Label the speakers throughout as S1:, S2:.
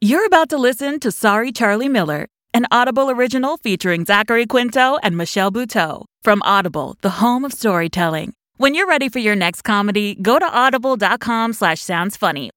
S1: You're about to listen to Sorry Charlie Miller, an Audible original featuring Zachary Quinto and Michelle Buteau from Audible, the home of storytelling. When you're ready for your next comedy, go to audible.com slash sounds funny.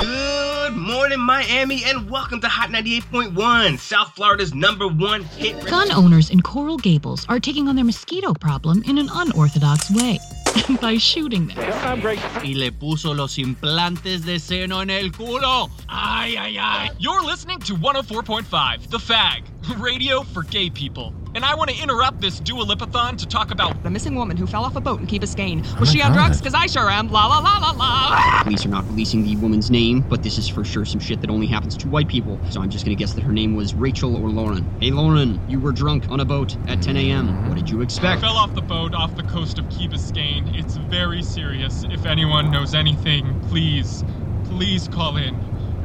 S2: Good morning, Miami, and welcome to Hot 98.1, South Florida's number one hit.
S3: Gun owners in Coral Gables are taking on their mosquito problem in an unorthodox way by shooting them.
S4: y le puso los implantes de seno en el culo. Ay, ay, ay.
S5: You're listening to 104.5, The Fag, radio for gay people. And I want to interrupt this Dua Lipathon to talk about
S6: the missing woman who fell off a boat in Key Biscayne.
S7: Oh
S6: Was she on drugs? Because I sure am. La la la la la.
S4: Police are not releasing the woman's name, but this is for sure some shit that only happens to white people. So I'm just gonna guess that her name was Rachel or Lauren. Hey, Lauren, you were drunk on a boat at 10 a.m. What did you expect?
S5: fell off the boat off the coast of Key Biscayne. It's very serious. If anyone knows anything, please, please call in.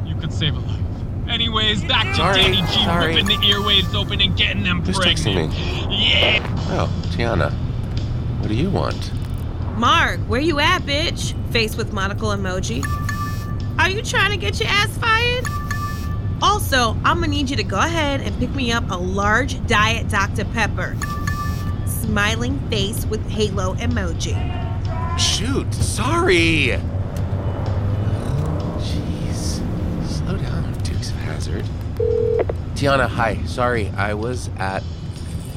S5: You could save a life. Anyways, back to
S7: Sorry,
S5: Danny G
S7: sorry.
S5: ripping the earwaves open and getting them
S7: Who's
S5: pregnant. Yeah.
S7: Oh, Tiana, what do you want?
S8: Mark, where you at, bitch? Face with monocle emoji. Are you trying to get your ass fired? Also, I'm gonna need you to go ahead and pick me up a large diet Dr. Pepper. Smiling face with halo emoji.
S7: Shoot, sorry. Jeez, slow down, Dukes of Hazard. Tiana, hi. Sorry, I was at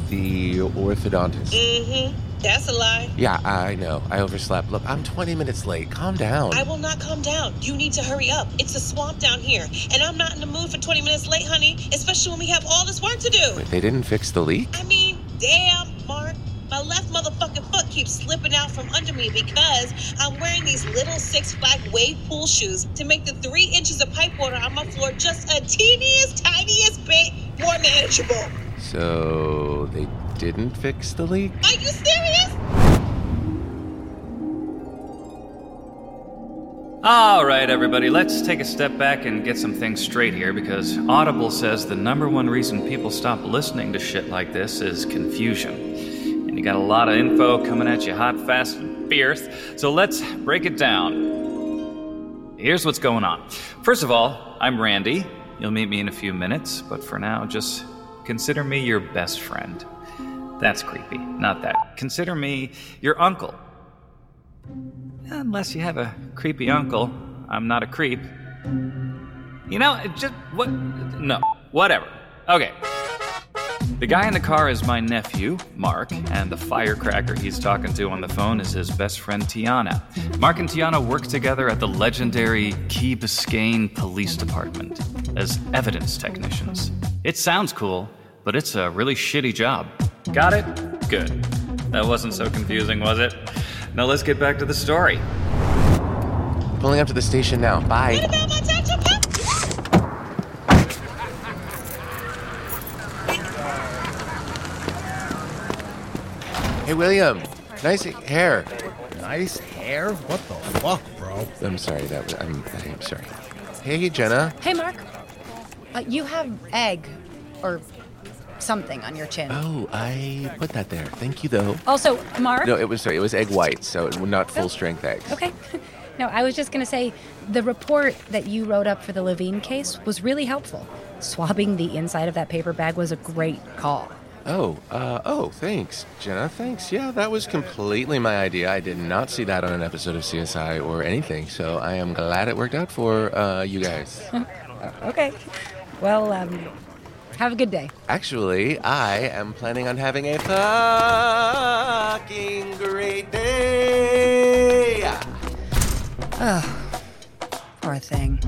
S7: the orthodontist.
S8: Mm-hmm. That's a lie.
S7: Yeah, I know. I overslept. Look, I'm 20 minutes late. Calm down.
S8: will not calm down. You need to hurry up. It's a swamp down here, and I'm not in the mood for 20 minutes late, honey, especially when we have all this work to do.
S7: Wait, they didn't fix the leak.
S8: I mean, damn, Mark. My left motherfucking foot keeps slipping out from under me because I'm wearing these little six black wave pool shoes to make the three inches of pipe water on my floor just a teeniest, tiniest bit more manageable.
S7: So they didn't fix the leak.
S8: Are you serious?
S9: All right, everybody, let's take a step back and get some things straight here because Audible says the number one reason people stop listening to shit like this is confusion. And you got a lot of info coming at you hot, fast, and fierce, so let's break it down. Here's what's going on. First of all, I'm Randy. You'll meet me in a few minutes, but for now, just consider me your best friend. That's creepy, not that. Consider me your uncle. Unless you have a creepy uncle. I'm not a creep. You know, it just what? No, whatever. Okay. The guy in the car is my nephew, Mark, and the firecracker he's talking to on the phone is his best friend, Tiana. Mark and Tiana work together at the legendary Key Biscayne Police Department as evidence technicians. It sounds cool, but it's a really shitty job. Got it? Good. That wasn't so confusing, was it? Now let's get back to the story.
S7: Pulling up to the station now. Bye.
S8: About my Dr. Pepper?
S7: Hey, William. Nice hair.
S10: Nice hair? What the fuck, bro?
S7: I'm sorry. That was, I'm. I am sorry. Hey, Jenna.
S11: Hey, Mark. Uh, you have egg or something on your chin.
S7: Oh, I put that there. Thank you, though.
S11: Also, Mark.
S7: No, it was sorry. It was egg white, so it, not full strength eggs.
S11: Oh. Okay. No, I was just going to say the report that you wrote up for the Levine case was really helpful. Swabbing the inside of that paper bag was a great call.
S7: Oh, uh, oh, thanks, Jenna. Thanks. Yeah, that was completely my idea. I did not see that on an episode of CSI or anything, so I am glad it worked out for uh, you guys.
S11: Okay. Well, um, have a good day.
S7: Actually, I am planning on having a fucking great day.
S11: Poor thing.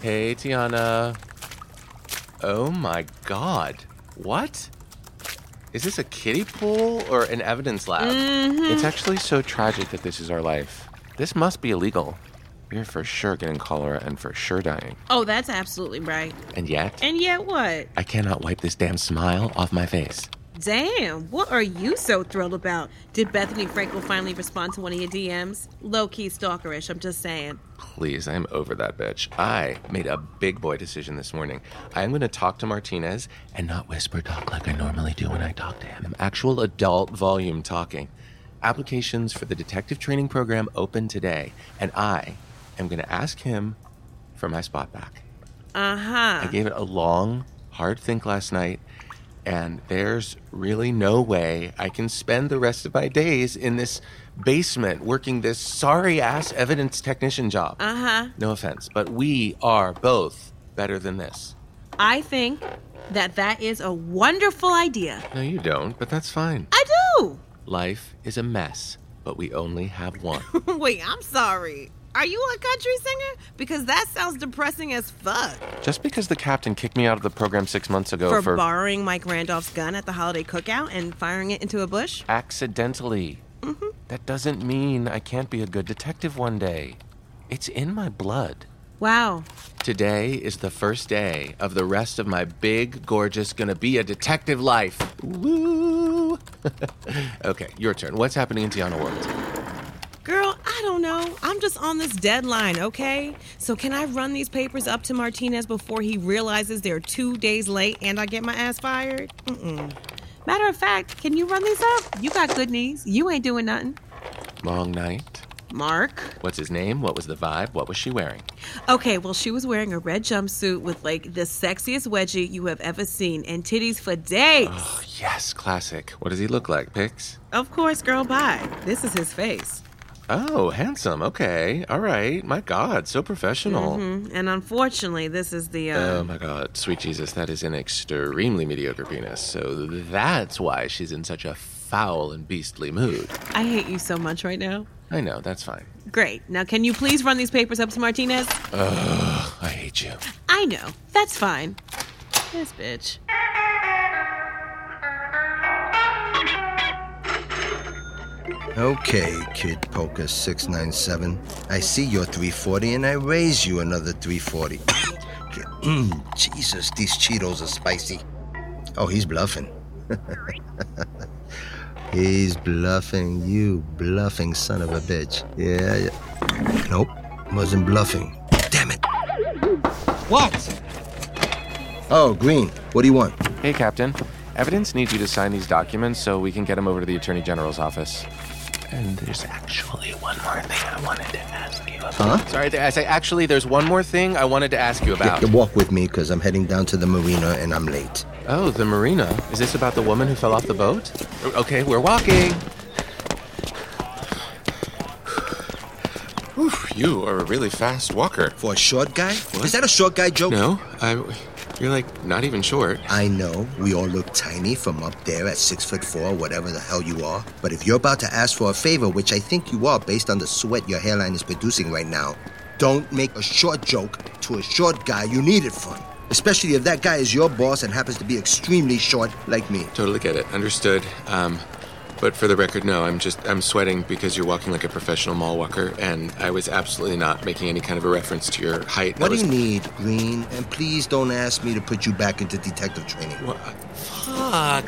S7: Hey, Tiana. Oh my god. What? Is this a kiddie pool or an evidence lab? It's actually so tragic that this is our life. This must be illegal. We're for sure getting cholera and for sure dying.
S8: Oh, that's absolutely right.
S7: And yet,
S8: And yet what?
S7: I cannot wipe this damn smile off my face.
S8: Damn, what are you so thrilled about? Did Bethany Frankel finally respond to one of your DMs? Low key stalkerish, I'm just saying.
S7: Please, I'm over that bitch. I made a big boy decision this morning. I'm going to talk to Martinez and not whisper talk like I normally do when I talk to him. Actual adult volume talking. Applications for the detective training program open today, and I am going to ask him for my spot back.
S8: Uh huh.
S7: I gave it a long, hard think last night, and there's really no way I can spend the rest of my days in this basement working this sorry ass evidence technician job.
S8: Uh huh.
S7: No offense, but we are both better than this.
S8: I think that that is a wonderful idea.
S7: No, you don't, but that's fine.
S8: I do!
S7: Life is a mess, but we only have one.
S8: Wait, I'm sorry. Are you a country singer? Because that sounds depressing as fuck.
S7: Just because the captain kicked me out of the program six months ago
S8: for,
S7: Oh, for,
S8: borrowing Mike Randolph's gun at the holiday cookout and firing it into a bush?
S7: accidentally,
S8: Mm-hmm.
S7: that doesn't mean I can't be a good detective one day. It's in my blood.
S8: Wow.
S7: Today is the first day of the rest of my big, gorgeous, gonna be a detective life. Woo! okay, your turn. What's happening in Tiana World?
S8: Girl, I don't know. I'm just on this deadline, okay? So can I run these papers up to Martinez before he realizes they're two days late and I get my ass fired? Mm-mm. Matter of fact, can you run these up? You got good knees. You ain't doing nothing.
S7: Long night.
S8: Mark.
S7: What's his name? What was the vibe? What was she wearing?
S8: Okay, well, she was wearing a red jumpsuit with like the sexiest wedgie you have ever seen and titties for days.
S7: Oh, Yes, classic. What does he look like, Pix?
S8: Of course, girl, bye. This is his face.
S7: Oh, handsome. Okay. All right. My God, so professional.
S8: Mhm. And unfortunately, this is the. Uh,
S7: Oh my God, sweet Jesus, that is an extremely mediocre penis. So that's why she's in such a foul and beastly mood.
S8: I hate you so much right now.
S7: I know, that's fine.
S8: Great. Now, can you please run these papers up to Martinez?
S7: Ugh, I hate you.
S8: I know. That's fine. This bitch.
S10: Okay, Kid Poker 697. I see your 340 and I raise you another 340. Mm, Jesus, these Cheetos are spicy. Oh, he's bluffing. he's bluffing, you bluffing son of a bitch. Yeah, yeah. Nope, wasn't bluffing.
S7: What?
S10: Oh, Green, what do you want?
S7: Hey, Captain. Evidence needs you to sign these documents so we can get them over to the Attorney General's office. And there's actually one more thing I wanted to ask you about.
S10: Huh?
S7: Sorry, th- I say, actually, there's one more thing I wanted to ask you about.
S10: Yeah, walk with me because I'm heading down to the marina and I'm late.
S7: Oh, the marina. Is this about the woman who fell off the boat? O- Okay, we're walking. Whew, you are a really fast walker.
S10: For a short guy? Is that a short guy joke?
S7: No, I. You're like not even short.
S10: I know we all look tiny from up there at six foot four, whatever the hell you are. But if you're about to ask for a favor, which I think you are based on the sweat your hairline is producing right now, don't make a short joke to a short guy you need it from. Especially if that guy is your boss and happens to be extremely short like me.
S7: Totally get it. Understood. Um, but for the record, no, I'm just I'm sweating because you're walking like a professional mall walker, and I was absolutely not making any kind of a reference to your height.
S10: What do you need, Green? And please don't ask me to put you back into detective training.
S7: Fuck.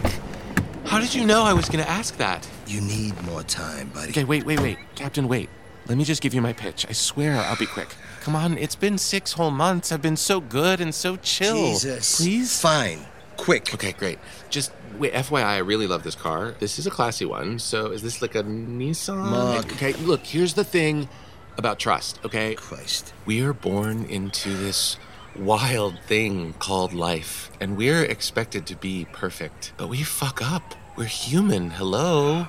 S7: How did you know I was going to ask that?
S10: You need more time, buddy.
S7: Okay, wait, wait, wait, Captain, wait. Let me just give you my pitch. I swear I'll be quick. Come on, it's been six whole months. I've been so good and so chill.
S10: Jesus.
S7: Please?
S10: Fine. Quick.
S7: Okay, great. Just wait, FYI, I really love this car. This is a classy one. So is this like a Nissan?
S10: Mark.
S7: Okay, look, here's the thing about trust, okay?
S10: Christ.
S7: We are born into this wild thing called life, and we're expected to be perfect. But we fuck up. We're human, hello?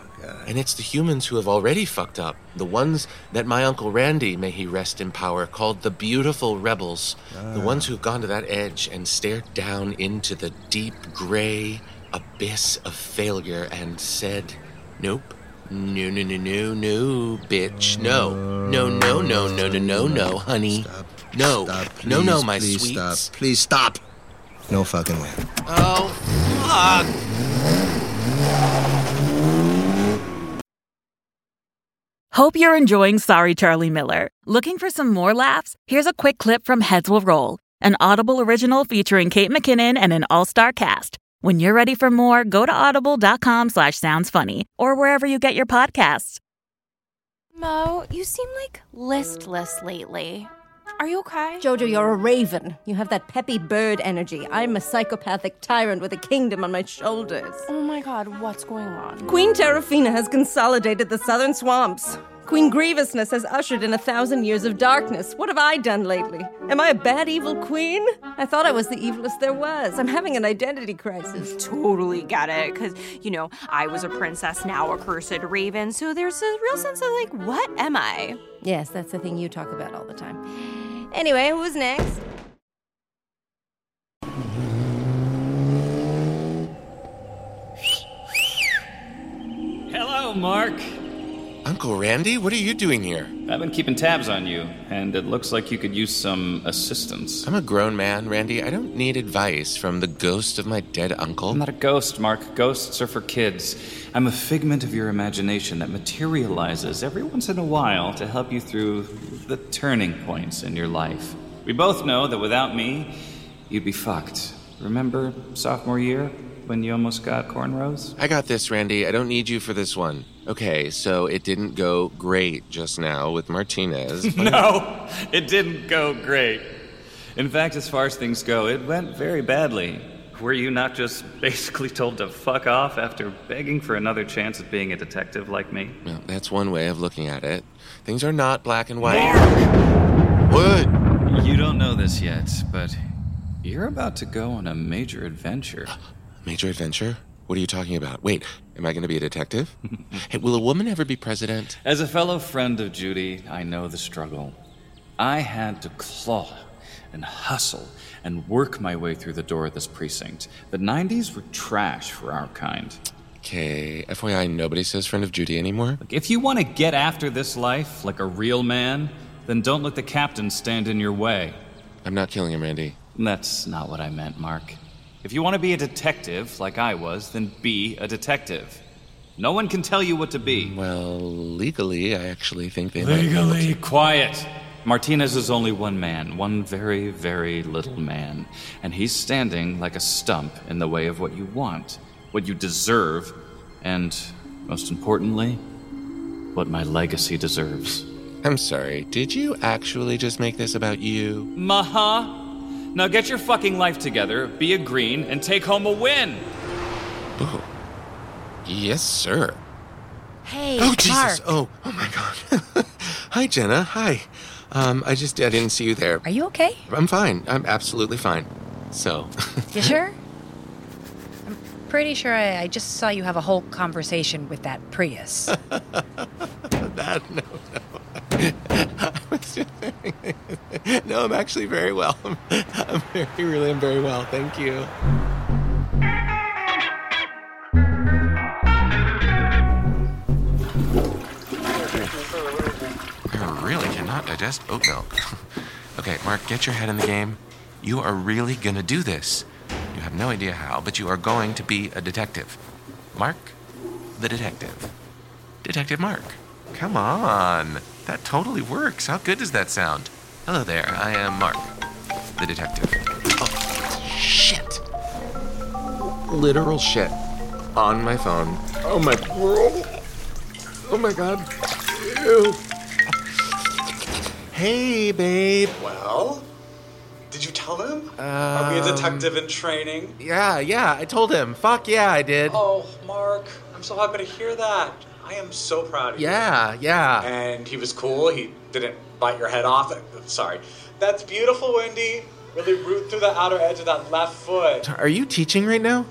S7: and it's the humans who have already fucked up. The ones that my Uncle Randy, may he rest in power, called the beautiful rebels. The ones who've gone to that edge and stared down into the deep gray abyss of failure and said, Nope. No, no, no, no, no, bitch. No. No, no, no, no, no, no, no, honey. No. no, no,
S10: Please,
S7: my
S10: please
S7: sweet.
S10: Stop. Please stop. No fucking way.
S7: Oh, fuck.
S1: Hope you're enjoying Sorry Charlie Miller. Looking for some more laughs? Here's a quick clip from Heads Will Roll, an Audible original featuring Kate McKinnon and an all star cast. When you're ready for more, go to audible.com slash sounds funny or wherever you get your podcasts.
S12: Mo, you seem like listless lately. Are you okay?
S13: Jojo, you're a raven. You have that peppy bird energy. I'm a psychopathic tyrant with a kingdom on my shoulders.
S12: Oh my god, what's going on?
S13: Queen Terrafina has consolidated the southern swamps. Queen Grievousness has ushered in a thousand years of darkness. What have I done lately? Am I a bad, evil queen? I thought I was the evilest there was. I'm having an identity crisis.
S12: Totally get it, because, you know, I was a princess, now a cursed raven, so there's a real sense of like, what am I?
S13: Yes, that's the thing you talk about all the time. Anyway, who's next?
S9: Hello, Mark.
S7: Uncle Randy, what are you doing here?
S9: I've been keeping tabs on you, and it looks like you could use some assistance.
S7: I'm a grown man, Randy. I don't need advice from the ghost of my dead uncle.
S9: I'm not a ghost, Mark. Ghosts are for kids. I'm a figment of your imagination that materializes every once in a while to help you through the turning points in your life. We both know that without me, you'd be fucked. Remember sophomore year when you almost got cornrows?
S7: I got this, Randy. I don't need you for this one. Okay, so it didn't go great just now with Martinez. but-
S9: no, it didn't go great. In fact, as far as things go, it went very badly. Were you not just basically told to fuck off after begging for another chance at being a detective like me?
S7: Well, that's one way of looking at it. Things are not black and white. What?
S9: You don't know this yet, but you're about to go on a major adventure.
S7: Major adventure? What are you talking about? Wait, am I going to be a detective? hey, will a woman ever be president?
S9: As a fellow friend of Judy, I know the struggle. I had to claw and hustle and work my way through the door of this precinct. The 90s were trash for our kind.
S7: Okay, FYI, nobody says friend of Judy anymore.
S9: Look, if you want to get after this life like a real man, then don't let the captain stand in your way.
S7: I'm not killing him, Randy.
S9: That's not what I meant, Mark. If you want to be a detective like I was, then be a detective. No one can tell you what to be.
S7: Well, legally, I actually think they might be able
S9: Legally quiet. Martinez is only one man, one very, very little man. And he's standing like a stump in the way of what you want, what you deserve, and most importantly, what my legacy deserves.
S7: I'm sorry, did you actually just make this about you?
S9: Maha! Now get your fucking life together, be a green, and take home a win!
S7: Oh. Yes, sir.
S12: Hey,
S7: oh,
S12: Mark.
S7: Jesus. Oh, oh my God. Hi, Jenna. Hi. Um, I just, I didn't see you there.
S11: Are you okay?
S7: I'm fine. I'm absolutely fine. So,
S11: You sure? I'm pretty sure I, I just saw you have a whole conversation with that Prius.
S7: that, no, no. I was just having- no, I'm actually very well. I'm, I'm very, really, I'm very well. Thank you. I really cannot digest oat milk. okay, Mark, get your head in the game. You are really gonna do this. You have no idea how, but you are going to be a detective. Mark, the detective. Detective Mark. Come on. That totally works. How good does that sound? Hello there. I am Mark, the detective. Oh, shit. Literal shit. On my phone. Oh my. Oh my god. Ew. Hey, babe. Well?
S14: Did you tell them?
S7: Are
S14: we a detective in training?
S7: Yeah, yeah, I told him. Fuck yeah, I did.
S14: Oh, Mark, I'm so happy to hear that. I am so proud of
S7: Yeah,
S14: you.
S7: yeah.
S14: And he was cool. He didn't bite your head off. I'm Sorry. That's beautiful, Wendy. Really root through the outer edge of that left foot.
S7: Are you teaching right now?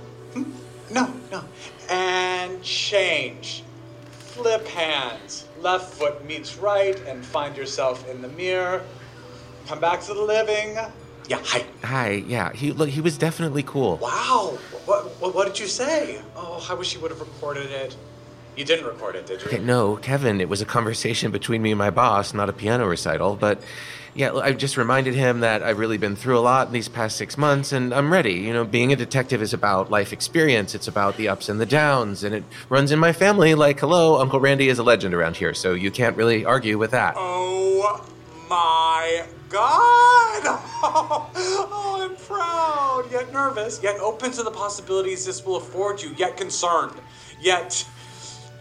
S14: No, no. And change. Flip hands. Left foot meets right and find yourself in the mirror. Come back to the living. Yeah, hi.
S7: Hi, yeah. He look, he was definitely cool.
S14: Wow. What, what, what did you say? Oh, I wish you would have recorded it. You didn't record it, did you?
S7: Okay, no, Kevin, it was a conversation between me and my boss, not a piano recital, but yeah, I just reminded him that I've really been through a lot in these past 6 months and I'm ready. You know, being a detective is about life experience, it's about the ups and the downs and it runs in my family like hello, Uncle Randy is a legend around here, so you can't really argue with that.
S14: Oh my God! Oh, I'm proud, yet nervous, yet open to the possibilities this will afford you, yet concerned, yet.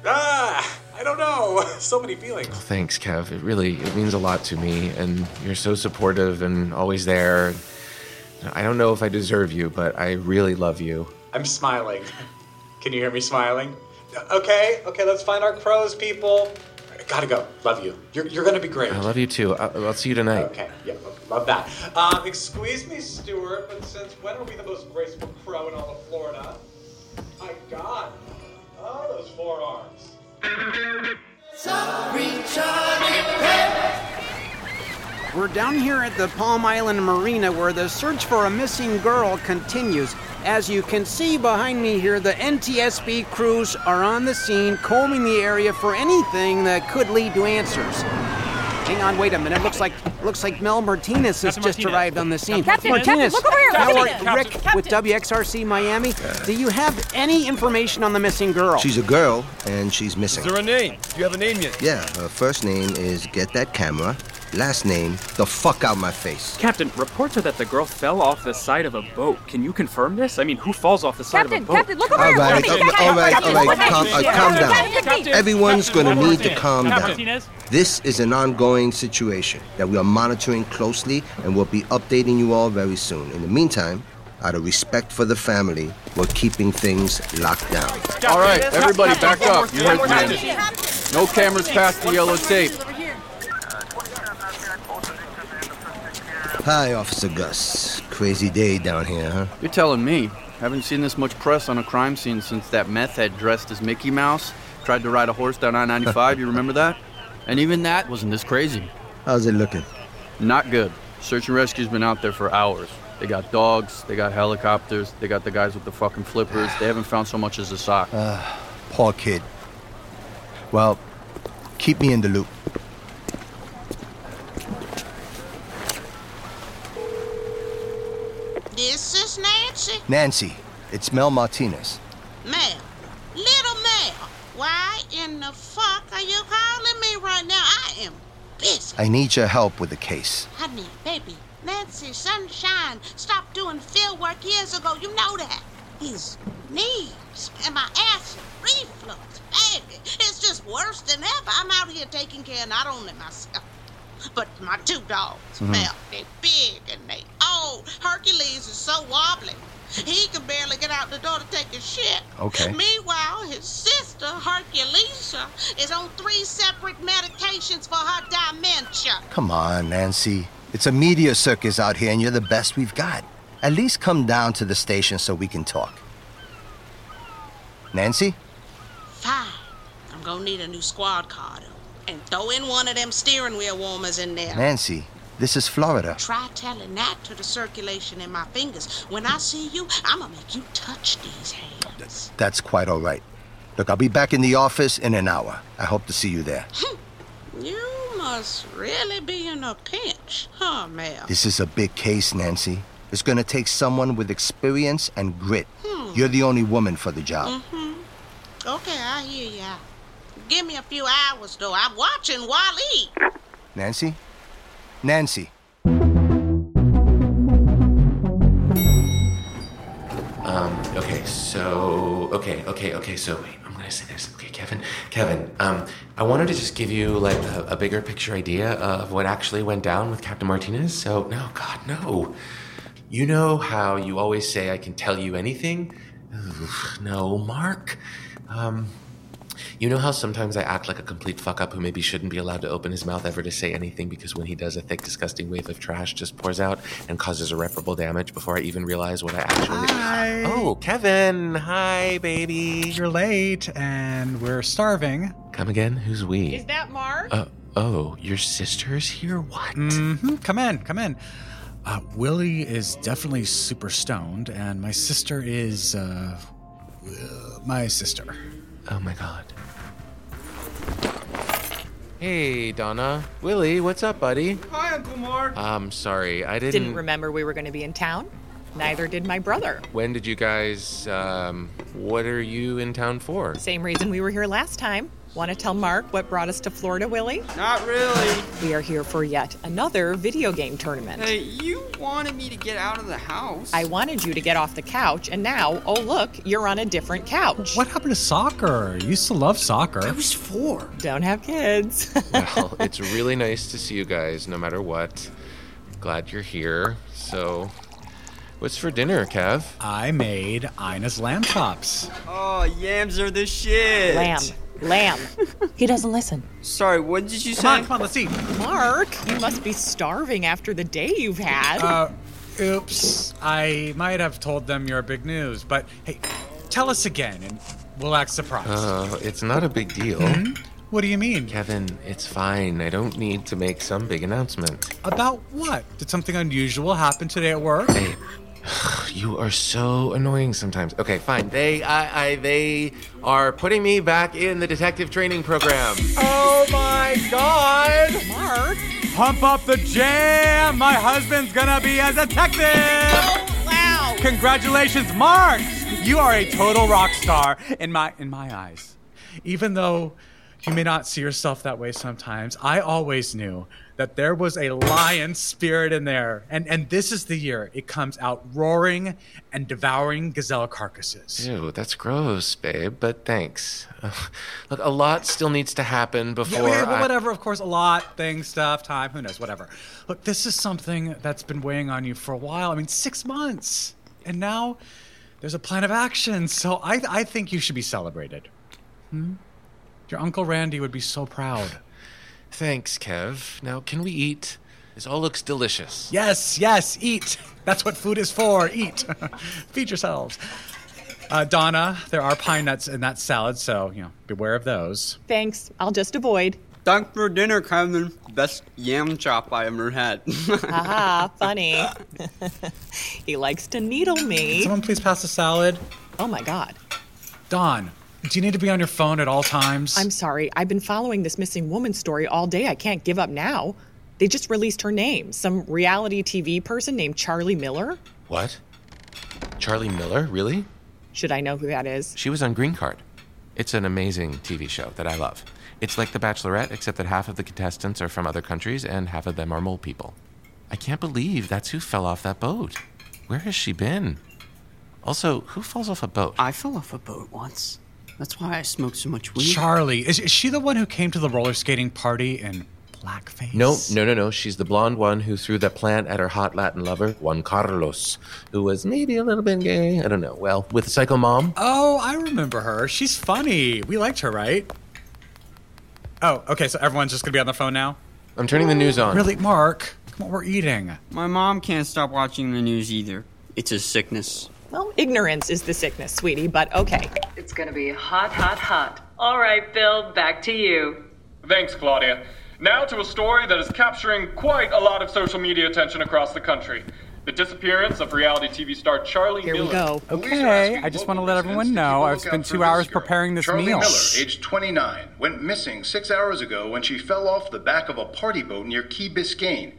S14: Ah, I don't know. So many feelings.
S7: Oh, Thanks, Kev. It really it means a lot to me, and you're so supportive and always there. I don't know if I deserve you, but I really love you.
S14: I'm smiling. Can you hear me smiling? Okay, okay, let's find our crows, people. Gotta go. Love you. You're, you're gonna be great.
S7: I love you too. I'll, I'll see you tonight.
S14: Okay, yeah, love- love that. Um, excuse me, Stuart, but since when are we the most graceful crow in all of Florida? My God. Oh, those forearms.
S15: Sorry,
S16: We're down here at the Palm Island Marina where the search for a missing girl continues. As you can see behind me here, the NTSB crews are on the scene combing the area for anything that could lead to answers. Hang on, wait a minute. Looks like looks like Mel Martinez has
S17: Captain
S16: just
S17: Martinez.
S16: arrived on the scene.
S17: Captain,
S16: Martinez,
S17: Captain, look over here.
S16: how are-
S17: Captain.
S16: Rick with WXRC Miami? Do you have any information on the missing
S7: Oh.
S16: girl?
S10: She's a girl, and she's missing.
S18: there a name? Do you have a name yet?
S10: Yeah, her first name is Get That Camera. Last name, The Fuck Out My Face.
S17: Captain, reports are that the girl fell off the side of a boat. Can you confirm this? I mean, who falls off the side of
S10: Captain,
S17: a boat?
S10: Captain, look over All here. right, Captain, okay, all right, Captain, all right, Captain, calm- uh, Captain, calm down. Captain, Captain, Everyone's Captain, gonna Martinez. need to calm Captain down. Martinez. This is an ongoing situation that we are monitoring closely and will be updating you all very soon. In the meantime, out of respect for the family, we're keeping things locked down.
S18: All right, everybody back up. You heard me. No cameras past the yellow tape.
S10: Hi, Officer Gus. Crazy day down here, huh?
S18: You're telling me. Haven't seen this much press on a crime scene since that meth head dressed as Mickey Mouse tried to ride a horse down I 95. You remember that? And even that wasn't this crazy.
S10: How's it looking?
S18: Not good. Search and rescue's been out there for hours. They got dogs, they got helicopters, they got the guys with the fucking flippers. They haven't found so much as a sock.
S10: Uh, poor kid. Well, keep me in the loop.
S19: This is Nancy.
S10: Nancy, it's Mel Martinez.
S19: Mel. Little Mel. Why in the fuck are you calling me right now? I am busy.
S10: I need your help with the case.
S19: Honey, baby. Nancy Sunshine stopped doing field work years ago. You know that. His knees and my acid reflux. Baby, it's just worse than ever. I'm out here taking care not only myself, but my two dogs. Mel, they big and they old. Hercules is so wobbly. He can barely get out the door to take a shit.
S10: Okay.
S19: Meanwhile, his sister, Herculesa, is on three separate medications for her dementia.
S10: Come on, Nancy. It's a media circus out here, and you're the best we've got. At least come down to the station so we can talk. Nancy?
S19: Fine. I'm gonna need a new squad car though. And throw in one of them steering wheel warmers in there.
S10: Nancy, this is Florida.
S19: Try telling that to the circulation in my fingers. When I see you, I'm gonna make you touch these hands.
S10: That's quite all right. Look, I'll be back in the office in an hour. I hope to see you there.
S19: You must really be in a pinch, huh, Mel?
S10: This is a big case, Nancy. It's going to take someone with experience and grit.
S19: Hmm.
S10: You're the only woman for the job.
S19: hmm Okay, I hear ya. Give me a few hours though. I'm watching Wally.
S10: Nancy? Nancy.
S7: Um, okay, so okay, okay, okay. So wait, I'm gonna say this. Okay, Kevin, Kevin. Um, I wanted to just give you like a, a bigger picture idea of what actually went down with Captain Martinez. So no, God, no. You know how you always say I can tell you anything? Oof, no, Mark. Um, you know how sometimes I act like a complete fuck up who maybe shouldn't be allowed to open his mouth ever to say anything because when he does, a thick, disgusting wave of trash just pours out and causes irreparable damage before I even realize what I actually.
S20: Hi.
S7: Oh, Kevin. Hi, baby.
S20: You're late, and we're starving.
S7: Come again? Who's we?
S20: Is that Mark?
S7: Uh, oh, your sister's here? What?
S20: hmm Come in, come in. Uh, Willie is definitely super stoned, and my sister is uh, uh, my sister.
S7: Oh my god. Hey, Donna. Willie, what's up, buddy?
S21: Hi, Uncle Mark.
S7: I'm sorry. I didn't.
S21: Didn't, remember we were going to be in town. Neither did my brother.
S7: When did you guys. Um, what are you in town for?
S21: Same reason we were here last time. Want to tell Mark what brought us to Florida, Willie?
S15: Not really.
S21: We are here for yet another video game tournament.
S15: Hey, you wanted me to get out of the house.
S21: I wanted you to get off the couch, and now, oh look, you're on a different couch.
S20: What happened to soccer? You used to love soccer.
S21: four. Don't have kids.
S7: well, it's really nice to see you guys, no matter what. Glad you're here. So, what's for dinner, Kev?
S20: I made Ina's lamb chops.
S15: Oh, yams are the shit.
S21: Lamb. Lamb. he doesn't listen.
S15: Sorry, what did you
S20: Come
S15: say?
S20: on, come on, let's eat.
S21: Mark, you must be starving after the day you've had.
S20: Uh, oops. I might have told them your big news, but hey, tell us again and we'll act surprised.
S7: Oh, it's not a big deal.
S20: What do you mean?
S7: Kevin, it's fine. I don't need to make some big announcement.
S20: About what? Did something unusual happen today at work?
S7: Hey, You are so annoying sometimes. Okay, fine. They, I, I, they are putting me back in the detective training program.
S22: Oh my god!
S21: Mark?
S22: Pump up the jam! My husband's gonna be a detective!
S21: wow!
S22: Congratulations, Mark! You are a total rock star in my in my eyes.
S20: Even though you may not see yourself that way sometimes, I always knew that there was a lion spirit in there. And and this is the year it comes out roaring and devouring gazelle carcasses.
S7: Ew, that's gross, babe, but thanks. Look, a lot still needs to happen
S20: Yeah,
S7: before.
S20: yeah, well,
S7: I-
S20: whatever, of course, a lot, things, stuff, time, who knows, whatever. Look, this is something that's been weighing on you for a while. I mean, six months. And now there's a plan of action. So I, I think you should be celebrated. Hmm? Your Uncle Randy would be so proud.
S7: Thanks, Kev. Now, can we eat? This all looks delicious.
S20: Yes, yes, eat. That's what food is for. Eat. Feed yourselves. Uh, Donna, there are pine nuts in that salad, so, you know, beware of those.
S21: Thanks. I'll just avoid.
S18: Thanks for dinner, Kevin. Best yam chop I ever had.
S21: Haha, funny. he likes to needle me.
S20: Someone please pass the salad.
S21: Oh my God.
S20: Don, do you need to be on your phone at all times?
S21: I'm sorry. I've been following this missing woman story all day. I can't give up now. They just released her name. Some reality TV person named Charlie Miller.
S7: What? Charlie Miller? Really?
S21: Should I know who that is?
S7: She was on Green Card. It's an amazing TV show that I love. It's like The Bachelorette, except that half of the contestants are from other countries and half of them are mole people. I can't believe that's who fell off that boat. Where has she been? Also, who falls off a boat?
S18: I fell off a boat once. That's why I smoked so much weed.
S20: Charlie, is is she the one who came to the roller skating party in blackface?
S7: No, no, no, no. She's the blonde one who threw that plant at her hot Latin lover, Juan Carlos, who was maybe a little bit gay. I don't know. Well, with Psycho Mom.
S20: Oh, I remember her. She's funny. We liked her, right? Oh, okay. So everyone's just gonna be on their phone now.
S7: I'm turning the news on.
S20: Really, Mark? Come on, we're eating.
S18: My mom can't stop watching the news either. It's a sickness.
S21: Well, ignorance is the sickness, sweetie, but okay.
S23: It's gonna be hot, hot, hot. All right, Bill, back to you.
S5: Thanks, Claudia. Now to a story that is capturing quite a lot of social media attention across the country. The disappearance of reality TV star Charlie Miller.
S22: Okay, I just want to let everyone know I've spent two hours preparing this
S24: Charlie
S22: meal.
S24: Miller, age 29, went missing six hours ago when she fell off the back of a party boat near Key Biscayne.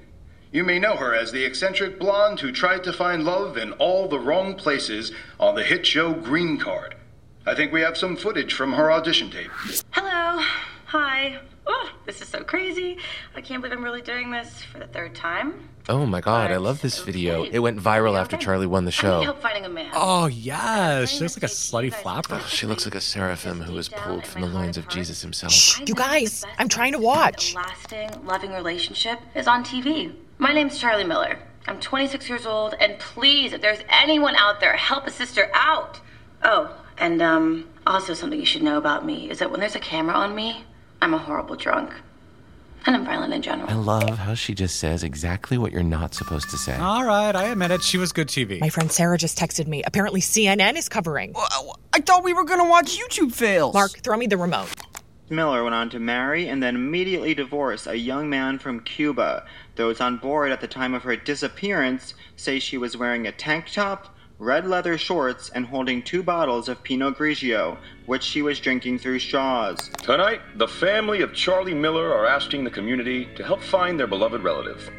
S24: You may know her as the eccentric blonde who tried to find love in all the wrong places on the hit show Green Card. I think we have some footage from her audition tape.
S23: Hello. Hi. Oh, this is so crazy. I can't believe I'm really doing this for the third time.
S7: Oh my god, I love this video. It went viral after Charlie won the
S23: I need
S7: show.
S23: help finding a man.
S20: Oh yes, she looks like a slutty flapper.
S7: Oh, She looks like a seraphim who was pulled from the loins of Jesus himself.
S21: You guys, I'm trying to watch.
S23: Lasting, loving relationship is on TV. My name's Charlie Miller. I'm 26 years old, and please, if there's anyone out there, help a sister out. Oh, and um, also something you should know about me is that when there's a camera on me, I'm a horrible drunk, and I'm violent in general.
S7: I love how she just says exactly what you're not supposed to say.
S20: All right, I admit it. She was good TV.
S21: My friend Sarah just texted me. Apparently, CNN is covering.
S18: I thought we were gonna watch YouTube fails.
S21: Mark, throw me the remote.
S25: Miller went on to marry and then immediately divorce a young man from Cuba. Those on board at the time of her disappearance say she was wearing a tank top, red leather shorts, and holding two bottles of Pinot Grigio, which she was drinking through straws.
S24: Tonight, the family of Charlie Miller are asking the community to help find their beloved relative.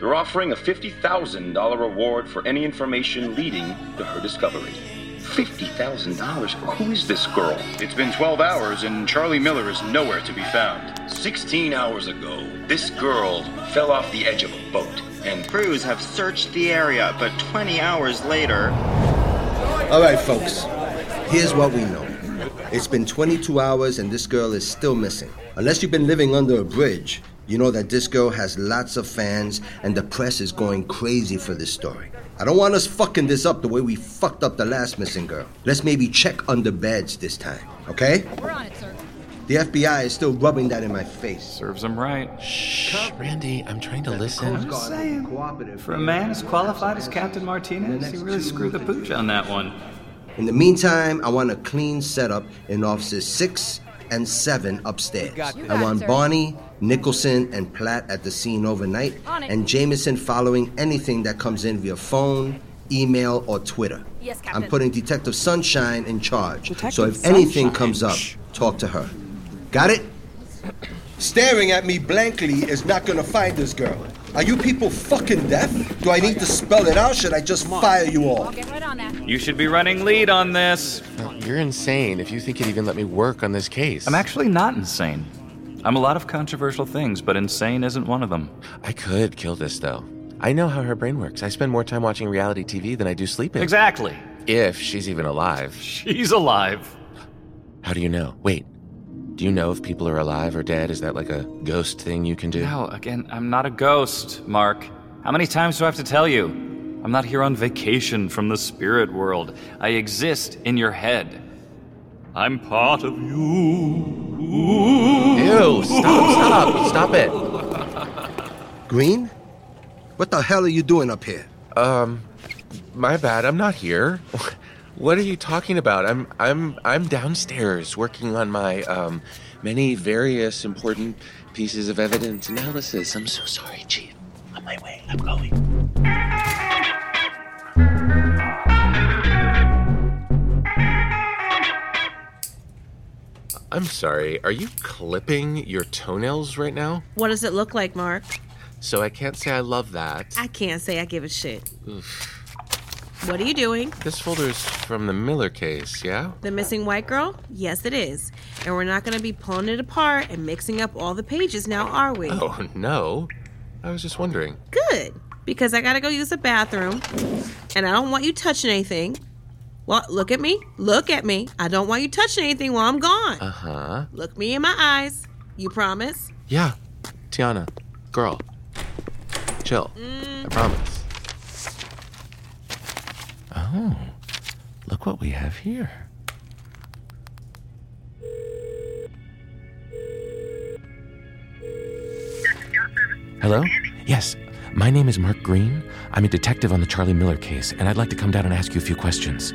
S24: They're offering a $50,000 reward for any information leading to her discovery. $50,000? Who is this girl? It's been 12 hours and Charlie Miller is nowhere to be found. 16 hours ago, this girl fell off the edge of a boat.
S25: And crews have searched the area, but 20 hours later.
S10: All right, folks. Here's what we know. It's been 22 hours and this girl is still missing. Unless you've been living under a bridge, you know that this girl has lots of fans and the press is going crazy for this story. I don't want us fucking this up the way we fucked up the last missing girl. Let's maybe check under beds this time, okay?
S11: We're on it, sir.
S10: The FBI is still rubbing that in my face. Serves
S9: him right.
S7: Shh, Randy, I'm trying to listen.
S9: Just saying. For a man as qualified as Captain Martinez, he really screwed the pooch on that one.
S10: In the meantime, I want a clean setup in offices six and seven upstairs.
S2: got this.
S10: I
S2: You
S10: want
S2: got it, sir.
S10: Barney, Nicholson, and Platt at the scene overnight,
S2: On it.
S10: and Jameson following anything that comes in via phone, email, or Twitter.
S2: Yes,
S10: I'm putting Detective Sunshine in charge. so
S2: Detective
S10: if anything
S2: Sunshine.
S10: comes up, talk to her. Got it? Staring at me blankly is not gonna find this girl. Are you people fucking deaf? Do I need to spell it out? Should I just fire you all?
S11: Get right on that.
S9: You should be running lead on this.
S7: You're insane if you think you'd even let me work on this case.
S9: I'm actually not insane. I'm a lot of controversial things, but insane isn't one of them.
S7: I could kill this, though. I know how her brain works. I spend more time watching reality TV than I do sleeping.
S9: Exactly.
S7: If she's even alive.
S9: She's alive.
S7: How do you know? Wait. Do you know if people are alive or dead? Is that like a ghost thing you can do?
S9: No, again, I'm not a ghost, Mark. How many times do I have to tell you? I'm not here on vacation from the spirit world. I exist in your head. I'm part of you.
S7: Ew, stop, stop, stop it.
S10: Green? What the hell are you doing up here?
S7: Um, my bad. I'm not here. What are you talking about? I'm I'm I'm downstairs working on my um many various important pieces of evidence analysis. I'm so sorry, Chief. On my way. I'm going. I'm sorry. Are you clipping your toenails right now?
S3: What does it look like, Mark?
S7: So I can't say I love that.
S3: I can't say I give a shit.
S7: Oof.
S3: What are you doing?
S7: This folder's from the Miller case, yeah?
S3: The missing white girl? Yes, it is. And we're not going to be pulling it apart and mixing up all the pages now, are we?
S7: Oh, no. I was just wondering.
S3: Good. Because I got to go use the bathroom and I don't want you touching anything. Well, look at me. Look at me. I don't want you touching anything while I'm gone.
S7: Uh huh.
S3: Look me in my eyes. You promise?
S7: Yeah. Tiana, girl. Chill. I promise. Oh, look what we have here. Hello? Yes, my name is Mark Green. I'm a detective on the Charlie Miller case, and I'd like to come down and ask you a few questions.